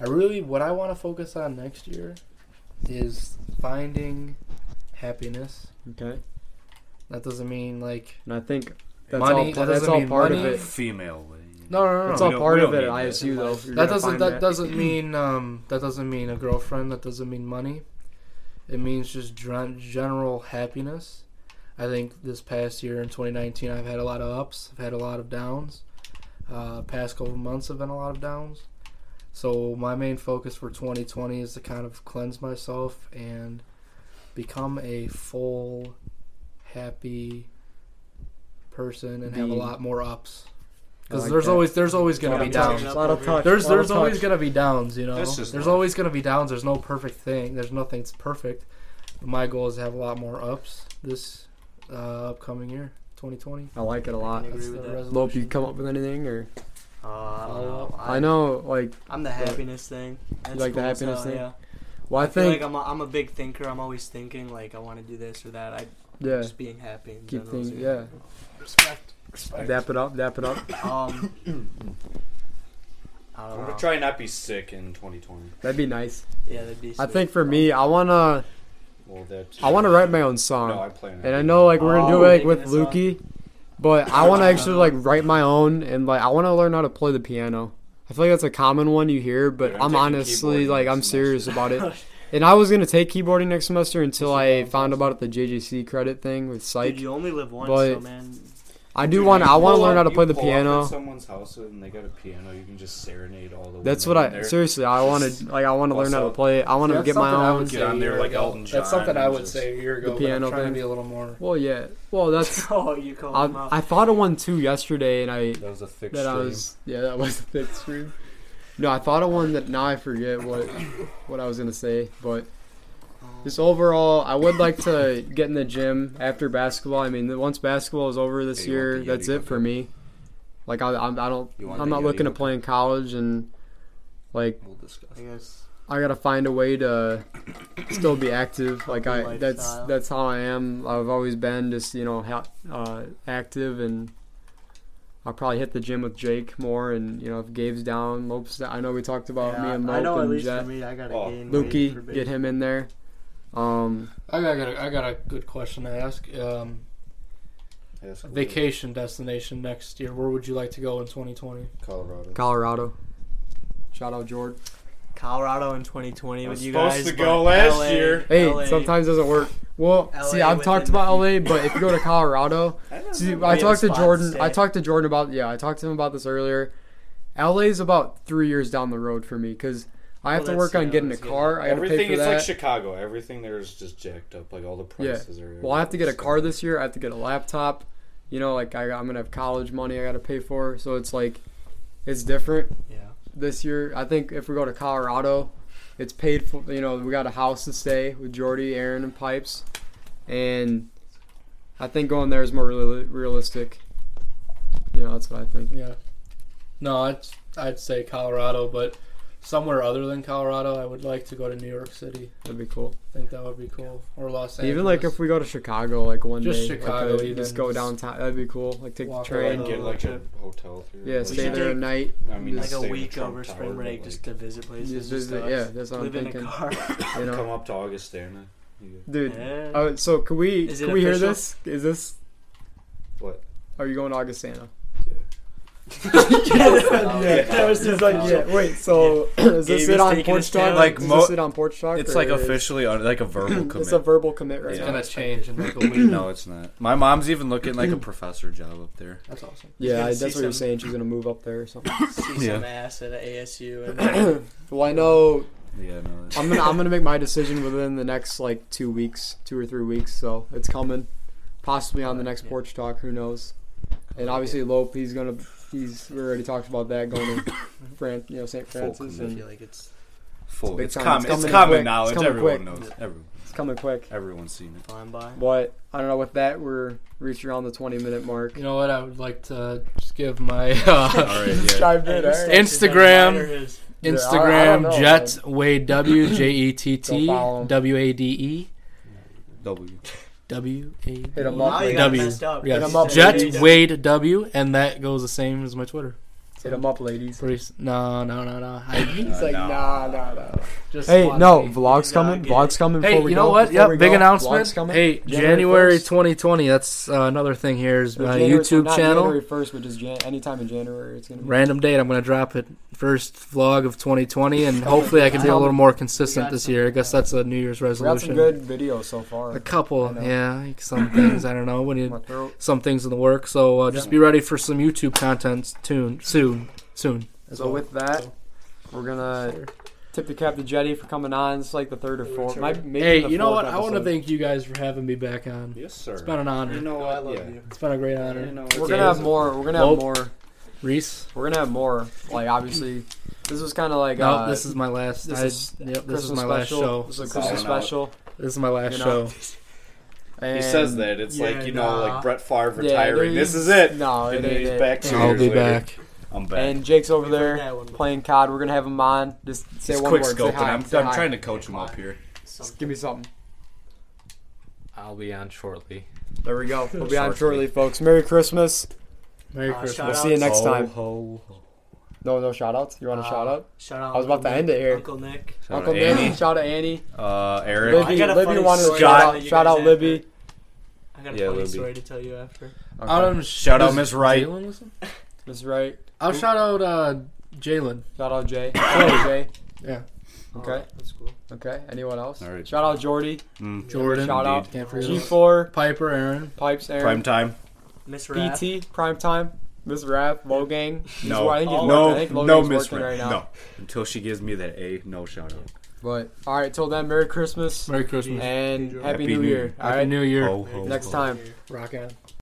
[SPEAKER 3] I really what I want to focus on next year is finding happiness.
[SPEAKER 1] Okay.
[SPEAKER 3] That doesn't mean like
[SPEAKER 1] And I think that's
[SPEAKER 3] Money,
[SPEAKER 1] all.
[SPEAKER 3] that
[SPEAKER 1] that's
[SPEAKER 3] doesn't
[SPEAKER 1] all
[SPEAKER 3] mean
[SPEAKER 1] part of
[SPEAKER 3] money.
[SPEAKER 1] it.
[SPEAKER 5] female way. you
[SPEAKER 3] no, no,
[SPEAKER 5] know.
[SPEAKER 3] no, no.
[SPEAKER 1] That's
[SPEAKER 5] We
[SPEAKER 1] all
[SPEAKER 5] don't-
[SPEAKER 1] part
[SPEAKER 5] we
[SPEAKER 1] of
[SPEAKER 5] don't
[SPEAKER 1] it
[SPEAKER 5] need
[SPEAKER 1] at
[SPEAKER 5] that.
[SPEAKER 1] ISU though. You're
[SPEAKER 3] that
[SPEAKER 1] gonna
[SPEAKER 3] doesn't
[SPEAKER 1] find
[SPEAKER 3] that, doesn't mean um that doesn't mean a girlfriend that doesn't mean money it means just gen- general happiness i think this past year in 2019 i've had a lot of ups i've had a lot of downs uh, past couple months have been a lot of downs so my main focus for 2020 is to kind of cleanse myself and become a full happy person and have a
[SPEAKER 1] Being.
[SPEAKER 3] lot more ups
[SPEAKER 1] I
[SPEAKER 3] because
[SPEAKER 1] like
[SPEAKER 3] there's
[SPEAKER 1] that.
[SPEAKER 3] always there's always gonna
[SPEAKER 1] Lot
[SPEAKER 3] be
[SPEAKER 1] of
[SPEAKER 3] downs
[SPEAKER 1] touch, lot of touch,
[SPEAKER 3] there's
[SPEAKER 1] lot of
[SPEAKER 3] there's always
[SPEAKER 1] touch.
[SPEAKER 3] gonna be downs, you know.
[SPEAKER 5] That's just
[SPEAKER 3] There's
[SPEAKER 5] life.
[SPEAKER 3] always gonna be downs. There's no perfect thing. There's nothing that's perfect. My goal is to have a lot more ups this uh, upcoming year, 2020.
[SPEAKER 1] I like it a lot.
[SPEAKER 4] agree
[SPEAKER 3] That's
[SPEAKER 4] with
[SPEAKER 3] the
[SPEAKER 4] that.
[SPEAKER 3] resolution.
[SPEAKER 1] Lope, you come up with anything or
[SPEAKER 4] Uh, I don't know.
[SPEAKER 1] I know like
[SPEAKER 4] I'm the happiness thing. That's
[SPEAKER 1] like the
[SPEAKER 4] cool as
[SPEAKER 1] happiness
[SPEAKER 4] hell,
[SPEAKER 1] thing?
[SPEAKER 4] Yeah.
[SPEAKER 1] well I,
[SPEAKER 4] I feel
[SPEAKER 1] think
[SPEAKER 4] like I'm a, I'm a big thinker. I'm always thinking like I want to do this or that. I
[SPEAKER 1] yeah
[SPEAKER 4] just being happy. In
[SPEAKER 1] keep
[SPEAKER 4] general,
[SPEAKER 1] things
[SPEAKER 4] so
[SPEAKER 1] yeah
[SPEAKER 4] Respect.
[SPEAKER 1] dap it up dap it up
[SPEAKER 4] Um. I
[SPEAKER 5] I'm
[SPEAKER 4] don't know.
[SPEAKER 5] gonna try and not be sick in 2020.
[SPEAKER 1] that'd be nice
[SPEAKER 4] Yeah, that'd be.
[SPEAKER 1] I
[SPEAKER 4] sweet.
[SPEAKER 1] think for me I wanna
[SPEAKER 5] Well, that's.
[SPEAKER 1] I wanna write my own
[SPEAKER 5] No, I
[SPEAKER 1] song
[SPEAKER 5] plan. on
[SPEAKER 1] and I
[SPEAKER 5] it.
[SPEAKER 1] know like we're gonna do
[SPEAKER 4] Oh,
[SPEAKER 1] it like with
[SPEAKER 4] making a song.
[SPEAKER 1] Lukey but I wanna actually like write my own and like I wanna learn how to play the piano I feel like that's a common one you hear but
[SPEAKER 5] Dude, I'm
[SPEAKER 1] I'm
[SPEAKER 5] taking
[SPEAKER 1] honestly
[SPEAKER 5] keyboard
[SPEAKER 1] like
[SPEAKER 5] next
[SPEAKER 1] I'm serious
[SPEAKER 5] semester.
[SPEAKER 1] about it and I was gonna take keyboarding next semester until I found about the JJC credit thing with
[SPEAKER 4] Dude,
[SPEAKER 1] psych
[SPEAKER 4] you only live once,
[SPEAKER 1] but-
[SPEAKER 4] so man.
[SPEAKER 1] I do
[SPEAKER 5] Dude,
[SPEAKER 1] want.
[SPEAKER 5] you
[SPEAKER 1] I want to
[SPEAKER 5] pull
[SPEAKER 1] learn
[SPEAKER 5] up-
[SPEAKER 1] how to
[SPEAKER 5] you
[SPEAKER 1] play the
[SPEAKER 5] pull up at
[SPEAKER 1] piano.
[SPEAKER 5] someone's house and they got a piano. You can just serenade all the.
[SPEAKER 1] That's what
[SPEAKER 5] women
[SPEAKER 1] I
[SPEAKER 5] there.
[SPEAKER 1] seriously. I want to like. I want to learn how to
[SPEAKER 5] Also-
[SPEAKER 1] play. it. I want to
[SPEAKER 3] That's
[SPEAKER 1] get my
[SPEAKER 3] something I
[SPEAKER 1] own.
[SPEAKER 3] would
[SPEAKER 5] Get
[SPEAKER 3] say
[SPEAKER 5] on
[SPEAKER 3] a
[SPEAKER 5] there
[SPEAKER 3] year
[SPEAKER 5] like
[SPEAKER 3] ago.
[SPEAKER 5] Elton
[SPEAKER 3] That's something
[SPEAKER 5] John
[SPEAKER 3] I
[SPEAKER 5] and
[SPEAKER 3] would
[SPEAKER 5] just-
[SPEAKER 3] say a year ago. but
[SPEAKER 1] piano
[SPEAKER 3] I'm trying
[SPEAKER 1] thing.
[SPEAKER 3] to be a little more.
[SPEAKER 1] Well, yeah. Well, that's.
[SPEAKER 4] Oh, you call him
[SPEAKER 1] I,
[SPEAKER 4] out.
[SPEAKER 1] I thought of one too yesterday, and I
[SPEAKER 5] That was a thick
[SPEAKER 1] that I
[SPEAKER 5] stream.
[SPEAKER 1] was yeah that was a thick stream. No, I thought of one that now I forget what what I was gonna say, but just overall, I would like to get in the gym after basketball. I mean, once basketball is over this
[SPEAKER 5] Hey, you want
[SPEAKER 1] year,
[SPEAKER 5] the
[SPEAKER 1] that's
[SPEAKER 5] Yeti
[SPEAKER 1] it for
[SPEAKER 5] cookie?
[SPEAKER 1] me. Like I, I'm, I don't,
[SPEAKER 5] You want
[SPEAKER 1] I'm
[SPEAKER 5] the
[SPEAKER 1] not
[SPEAKER 5] Yeti
[SPEAKER 1] looking to
[SPEAKER 5] cookie?
[SPEAKER 1] play in college, and like
[SPEAKER 5] We'll discuss.
[SPEAKER 4] I guess.
[SPEAKER 1] I gotta find a way to still be active. Like I,
[SPEAKER 4] Healthy
[SPEAKER 1] that's
[SPEAKER 4] lifestyle.
[SPEAKER 1] that's how I am. I've always been just you know ha- uh, active, and I'll probably hit the gym with Jake more. And you know if Gabe's down, Lope's down. I know we talked about
[SPEAKER 4] Yeah,
[SPEAKER 1] me and
[SPEAKER 4] I know
[SPEAKER 1] Lope
[SPEAKER 4] at
[SPEAKER 1] and
[SPEAKER 4] least
[SPEAKER 1] Jet,
[SPEAKER 4] for me, I gotta
[SPEAKER 5] Oh.
[SPEAKER 4] gain weight for
[SPEAKER 1] Lukey,
[SPEAKER 4] big-
[SPEAKER 1] get him in there. Um,
[SPEAKER 3] I got, I got, a, I got a good question to ask. Um,
[SPEAKER 5] Yes, cool.
[SPEAKER 3] vacation destination next year. Where would you like to go in 2020?
[SPEAKER 5] Colorado.
[SPEAKER 1] Colorado. Shout out Jordan.
[SPEAKER 4] Colorado in 2020
[SPEAKER 5] I
[SPEAKER 4] with
[SPEAKER 5] was
[SPEAKER 4] you
[SPEAKER 5] supposed
[SPEAKER 4] guys.
[SPEAKER 5] to
[SPEAKER 4] but
[SPEAKER 5] go last
[SPEAKER 4] LA
[SPEAKER 5] year.
[SPEAKER 1] Hey,
[SPEAKER 4] LA
[SPEAKER 1] sometimes doesn't work. Well,
[SPEAKER 4] LA
[SPEAKER 1] see, I've
[SPEAKER 4] within
[SPEAKER 1] talked
[SPEAKER 4] the
[SPEAKER 1] about
[SPEAKER 4] few-
[SPEAKER 1] LA, but if you go to Colorado, See, I
[SPEAKER 4] had a
[SPEAKER 1] talked to
[SPEAKER 4] spot to
[SPEAKER 1] Jordan. I
[SPEAKER 4] stay.
[SPEAKER 1] talked to Jordan about yeah. I talked to him about this earlier. LA is about three years down the road for me because I have
[SPEAKER 4] Well,
[SPEAKER 1] to
[SPEAKER 4] that's-
[SPEAKER 1] work on
[SPEAKER 4] yeah,
[SPEAKER 1] getting a
[SPEAKER 4] that's good.
[SPEAKER 1] car. I got to pay
[SPEAKER 5] Everything
[SPEAKER 1] for
[SPEAKER 5] it's
[SPEAKER 1] that.
[SPEAKER 5] like Chicago. Everything there is just jacked up. Like all the
[SPEAKER 1] Yeah.
[SPEAKER 5] prices are.
[SPEAKER 1] well, I have to get a car this year. I have to get a laptop. You know, like I, I'm gonna have college money I got to pay for. So it's like, it's different
[SPEAKER 4] Yeah.
[SPEAKER 1] this year. I think if we go to Colorado, it's paid for. You know, we got a house to stay with Jordy, Aaron, and Pipes, and I think going there is more reali- realistic. You know, that's what I think.
[SPEAKER 3] Yeah. No, I'd, I'd say Colorado, but somewhere other than Colorado, I would like to go to New York City.
[SPEAKER 1] That'd be cool.
[SPEAKER 3] I think that would be cool. Or Los Angeles.
[SPEAKER 1] Even like if we go to Chicago, like one
[SPEAKER 3] Just
[SPEAKER 1] day, like,
[SPEAKER 3] Chicago,
[SPEAKER 1] uh,
[SPEAKER 3] even.
[SPEAKER 1] just go downtown. That'd be cool. Like take the
[SPEAKER 3] Walk
[SPEAKER 1] train.
[SPEAKER 3] around.
[SPEAKER 5] Get like a hotel. Here.
[SPEAKER 1] Yeah,
[SPEAKER 5] Like,
[SPEAKER 1] stay
[SPEAKER 4] should
[SPEAKER 1] there a
[SPEAKER 4] take-
[SPEAKER 1] night.
[SPEAKER 5] I mean,
[SPEAKER 4] Like
[SPEAKER 5] just
[SPEAKER 4] a
[SPEAKER 5] stay in
[SPEAKER 4] week
[SPEAKER 5] Trump
[SPEAKER 4] over
[SPEAKER 5] Tower,
[SPEAKER 4] spring
[SPEAKER 5] but,
[SPEAKER 4] break
[SPEAKER 5] like,
[SPEAKER 4] just to visit places.
[SPEAKER 1] Just
[SPEAKER 4] and
[SPEAKER 1] visit.
[SPEAKER 4] stuff.
[SPEAKER 1] Yeah, that's what I'm
[SPEAKER 4] Live in a
[SPEAKER 1] thinking.
[SPEAKER 4] car.
[SPEAKER 1] You
[SPEAKER 5] come
[SPEAKER 1] know,
[SPEAKER 5] up to Augustana. You-
[SPEAKER 1] dude.
[SPEAKER 4] Yeah.
[SPEAKER 1] Uh, so can we
[SPEAKER 4] Is it
[SPEAKER 1] can we hear
[SPEAKER 4] official?
[SPEAKER 1] this? Is this?
[SPEAKER 5] What?
[SPEAKER 1] Are you going to Augustana?
[SPEAKER 4] yeah, that was just like Oh. yeah.
[SPEAKER 1] Wait. So is
[SPEAKER 4] Gabe
[SPEAKER 1] this
[SPEAKER 4] is
[SPEAKER 1] it on
[SPEAKER 4] taking
[SPEAKER 1] porch
[SPEAKER 4] his
[SPEAKER 1] talk?
[SPEAKER 4] stand.
[SPEAKER 5] Like
[SPEAKER 1] Is
[SPEAKER 5] mo-
[SPEAKER 1] this it on porch talk?
[SPEAKER 5] It's like
[SPEAKER 1] or is-
[SPEAKER 5] officially on, like a verbal
[SPEAKER 1] It's a
[SPEAKER 5] commit.
[SPEAKER 1] verbal commit right
[SPEAKER 5] Yeah.
[SPEAKER 1] now.
[SPEAKER 3] going to change in like a week.
[SPEAKER 5] No, it's not. My mom's even looking like a professor job up there.
[SPEAKER 3] That's awesome.
[SPEAKER 1] Yeah,
[SPEAKER 4] gonna
[SPEAKER 1] I-
[SPEAKER 4] see
[SPEAKER 1] that's what you're
[SPEAKER 4] some-
[SPEAKER 1] saying. She's gonna move up there or something.
[SPEAKER 4] See
[SPEAKER 5] Yeah.
[SPEAKER 4] some ass at ASU. And
[SPEAKER 1] well, I know
[SPEAKER 5] Yeah, no. it's-
[SPEAKER 1] I'm gonna I'm gonna make my decision within the next like two weeks, two or three weeks. So it's coming, possibly on the next porch talk. Who knows? And obviously Lope, he's gonna he's we already talked about that going to Fran, you know St.
[SPEAKER 5] Full
[SPEAKER 1] Francis,
[SPEAKER 4] I
[SPEAKER 1] and
[SPEAKER 4] feel like it's
[SPEAKER 5] Full.
[SPEAKER 1] big
[SPEAKER 5] It's,
[SPEAKER 1] time. It's
[SPEAKER 5] common. It's,
[SPEAKER 1] coming
[SPEAKER 5] common
[SPEAKER 1] quick.
[SPEAKER 5] knowledge.
[SPEAKER 1] It's coming
[SPEAKER 5] Everyone
[SPEAKER 1] quick.
[SPEAKER 5] knows. Everyone.
[SPEAKER 1] it's coming quick.
[SPEAKER 5] Everyone's seen it.
[SPEAKER 4] flying by.
[SPEAKER 1] But I don't know. With that, we're reaching around the 20 minute mark.
[SPEAKER 3] You know what? I would like to just give my uh,
[SPEAKER 5] All right. Yeah.
[SPEAKER 1] Chime in, all right.
[SPEAKER 3] Instagram.
[SPEAKER 1] Yeah, I- I don't know,
[SPEAKER 3] Instagram Jets Wade W J E T
[SPEAKER 1] Go
[SPEAKER 3] T
[SPEAKER 1] follow 'em.
[SPEAKER 3] W A D E
[SPEAKER 5] W.
[SPEAKER 3] W A
[SPEAKER 1] Hit 'em
[SPEAKER 3] D.
[SPEAKER 1] up.
[SPEAKER 4] Now you got
[SPEAKER 3] W.
[SPEAKER 4] messed up.
[SPEAKER 3] Yes.
[SPEAKER 1] Hit 'em up,
[SPEAKER 3] Jets
[SPEAKER 1] ladies.
[SPEAKER 3] Wade W, and that goes the same as my Twitter.
[SPEAKER 1] Hit him up, ladies.
[SPEAKER 3] Pretty s- no, no, no, no. I
[SPEAKER 1] He's like,
[SPEAKER 5] no.
[SPEAKER 1] nah, nah, nah.
[SPEAKER 3] just
[SPEAKER 1] Hey,
[SPEAKER 3] wanna
[SPEAKER 1] no,
[SPEAKER 3] be-
[SPEAKER 1] vlog's coming. Vlog's coming.
[SPEAKER 3] Hey,
[SPEAKER 1] before we
[SPEAKER 3] you know
[SPEAKER 1] go,
[SPEAKER 3] what?
[SPEAKER 1] before
[SPEAKER 3] Yep,
[SPEAKER 1] we
[SPEAKER 3] big
[SPEAKER 1] go.
[SPEAKER 3] announcement.
[SPEAKER 1] Vlog's coming.
[SPEAKER 3] Hey, January 2020. That's uh, another thing here is
[SPEAKER 1] So
[SPEAKER 3] my
[SPEAKER 1] January- so
[SPEAKER 3] YouTube
[SPEAKER 1] not
[SPEAKER 3] channel.
[SPEAKER 1] January 1st, but just Jan- anytime in January, it's gonna be.
[SPEAKER 3] Random date. I'm gonna drop it. First vlog of 2020, and hopefully I can be a little more consistent this year. I guess that's a New Year's
[SPEAKER 1] We got some
[SPEAKER 3] resolution.
[SPEAKER 1] good videos so far.
[SPEAKER 3] A
[SPEAKER 1] I
[SPEAKER 3] couple,
[SPEAKER 1] know.
[SPEAKER 3] yeah. like Some things I don't know. When
[SPEAKER 1] My
[SPEAKER 3] you
[SPEAKER 1] throat.
[SPEAKER 3] some things in the work, so uh, just
[SPEAKER 5] Yeah.
[SPEAKER 3] be ready for some YouTube content soon, soon, soon. as
[SPEAKER 1] So
[SPEAKER 3] well.
[SPEAKER 1] with that, we're gonna tip the cap to Jetty for coming on. It's like the third or fourth. Might, maybe
[SPEAKER 3] hey,
[SPEAKER 1] the
[SPEAKER 3] you know
[SPEAKER 1] fourth
[SPEAKER 3] what? I want to
[SPEAKER 1] episode.
[SPEAKER 3] thank you guys for having me back on.
[SPEAKER 5] Yes, sir.
[SPEAKER 3] It's been an honor.
[SPEAKER 5] You know what?
[SPEAKER 4] I love
[SPEAKER 5] yeah.
[SPEAKER 4] you.
[SPEAKER 3] It's been a great honor.
[SPEAKER 5] You know,
[SPEAKER 1] We're
[SPEAKER 5] it's-
[SPEAKER 1] gonna have more. We're gonna have
[SPEAKER 3] Well-
[SPEAKER 1] more.
[SPEAKER 3] Reese,
[SPEAKER 1] We're gonna have more. Like obviously, this was kind of like
[SPEAKER 3] no,
[SPEAKER 1] uh,
[SPEAKER 3] this is my last.
[SPEAKER 1] this
[SPEAKER 3] I-
[SPEAKER 1] is
[SPEAKER 3] yep, this
[SPEAKER 1] Christmas
[SPEAKER 3] is my
[SPEAKER 1] special.
[SPEAKER 3] last show.
[SPEAKER 1] This is a
[SPEAKER 5] Calling
[SPEAKER 1] Christmas
[SPEAKER 5] out.
[SPEAKER 1] special.
[SPEAKER 3] This is my last
[SPEAKER 1] You know.
[SPEAKER 3] show.
[SPEAKER 6] He
[SPEAKER 1] And-
[SPEAKER 6] says that it's like
[SPEAKER 3] Yeah,
[SPEAKER 6] you know,
[SPEAKER 3] nah.
[SPEAKER 6] like Brett Favre
[SPEAKER 1] Yeah,
[SPEAKER 6] retiring.
[SPEAKER 1] there
[SPEAKER 6] this is it.
[SPEAKER 1] No, it
[SPEAKER 6] and then
[SPEAKER 1] ain't
[SPEAKER 6] he's
[SPEAKER 1] it.
[SPEAKER 6] back. two
[SPEAKER 3] I'll
[SPEAKER 6] years
[SPEAKER 3] be
[SPEAKER 6] later.
[SPEAKER 3] back.
[SPEAKER 5] I'm back.
[SPEAKER 1] And Jake's over
[SPEAKER 4] that
[SPEAKER 1] there
[SPEAKER 4] one.
[SPEAKER 1] playing COD. We're gonna have him on. Just say
[SPEAKER 6] He's
[SPEAKER 1] one
[SPEAKER 6] quick
[SPEAKER 1] word. Say
[SPEAKER 6] scoping.
[SPEAKER 1] hi.
[SPEAKER 6] I'm,
[SPEAKER 1] Say
[SPEAKER 6] I'm
[SPEAKER 1] hi.
[SPEAKER 6] trying to coach him up here.
[SPEAKER 1] Just give me something.
[SPEAKER 6] I'll be on shortly.
[SPEAKER 1] There we go. We'll be on
[SPEAKER 6] Shortly.
[SPEAKER 1] shortly, folks. Merry Christmas.
[SPEAKER 3] Merry
[SPEAKER 4] Uh,
[SPEAKER 3] Christmas.
[SPEAKER 4] shout
[SPEAKER 1] We'll
[SPEAKER 4] out
[SPEAKER 1] see you next
[SPEAKER 6] Ho,
[SPEAKER 1] time.
[SPEAKER 6] ho, ho.
[SPEAKER 1] No, no shout outs. You want a
[SPEAKER 4] Uh,
[SPEAKER 1] shout out?
[SPEAKER 4] Shout out.
[SPEAKER 1] I was about to
[SPEAKER 4] Uncle
[SPEAKER 1] end it
[SPEAKER 4] Nick-
[SPEAKER 1] here.
[SPEAKER 4] Uncle Nick.
[SPEAKER 5] Shout out
[SPEAKER 1] Uncle
[SPEAKER 5] Annie.
[SPEAKER 1] Danny, shout out Annie.
[SPEAKER 5] Uh, Eric.
[SPEAKER 1] Libby,
[SPEAKER 4] got a
[SPEAKER 1] Libby
[SPEAKER 4] funny
[SPEAKER 1] wanted to
[SPEAKER 4] story
[SPEAKER 1] shout
[SPEAKER 4] that
[SPEAKER 1] out,
[SPEAKER 4] you
[SPEAKER 1] shout
[SPEAKER 4] guys
[SPEAKER 1] out
[SPEAKER 4] have
[SPEAKER 1] Libby.
[SPEAKER 4] I got a
[SPEAKER 5] Yeah,
[SPEAKER 4] funny
[SPEAKER 5] Libby.
[SPEAKER 4] story to tell you after.
[SPEAKER 3] Adam,
[SPEAKER 6] Shout out
[SPEAKER 3] is
[SPEAKER 6] Miss Wright.
[SPEAKER 3] Jalen with him?
[SPEAKER 1] That's right.
[SPEAKER 3] I'll shout out uh, Jalen.
[SPEAKER 1] Shout out Jay. Shout out Jay.
[SPEAKER 3] Yeah.
[SPEAKER 1] Okay.
[SPEAKER 4] Oh, that's cool.
[SPEAKER 1] Okay. Anyone else?
[SPEAKER 5] All right.
[SPEAKER 1] Shout out Jordy.
[SPEAKER 5] Mm,
[SPEAKER 3] Jordan.
[SPEAKER 1] Shout out
[SPEAKER 3] Can't forget him.
[SPEAKER 1] G4
[SPEAKER 3] Piper, Aaron.
[SPEAKER 1] Pipes
[SPEAKER 5] prime
[SPEAKER 1] Aaron
[SPEAKER 5] time.
[SPEAKER 4] Miss Rath.
[SPEAKER 1] BT Prime Time Miss Rap Logang. He's
[SPEAKER 5] No.
[SPEAKER 1] wor- I think he's working. I
[SPEAKER 5] No,
[SPEAKER 1] think
[SPEAKER 5] no,
[SPEAKER 1] Logan's
[SPEAKER 5] Miss
[SPEAKER 1] working
[SPEAKER 5] Wright.
[SPEAKER 1] right now.
[SPEAKER 5] No, until she gives me that A. No shout out.
[SPEAKER 1] But all right. Till then, Merry Christmas
[SPEAKER 3] Merry Christmas.
[SPEAKER 1] and Happy,
[SPEAKER 5] Happy
[SPEAKER 1] New
[SPEAKER 5] New
[SPEAKER 1] Year.
[SPEAKER 5] Year.
[SPEAKER 1] All
[SPEAKER 3] Happy
[SPEAKER 5] Oh.
[SPEAKER 1] right.
[SPEAKER 3] New Year.
[SPEAKER 5] Ho, ho,
[SPEAKER 1] Next
[SPEAKER 5] ho.
[SPEAKER 1] time.
[SPEAKER 3] Rock on.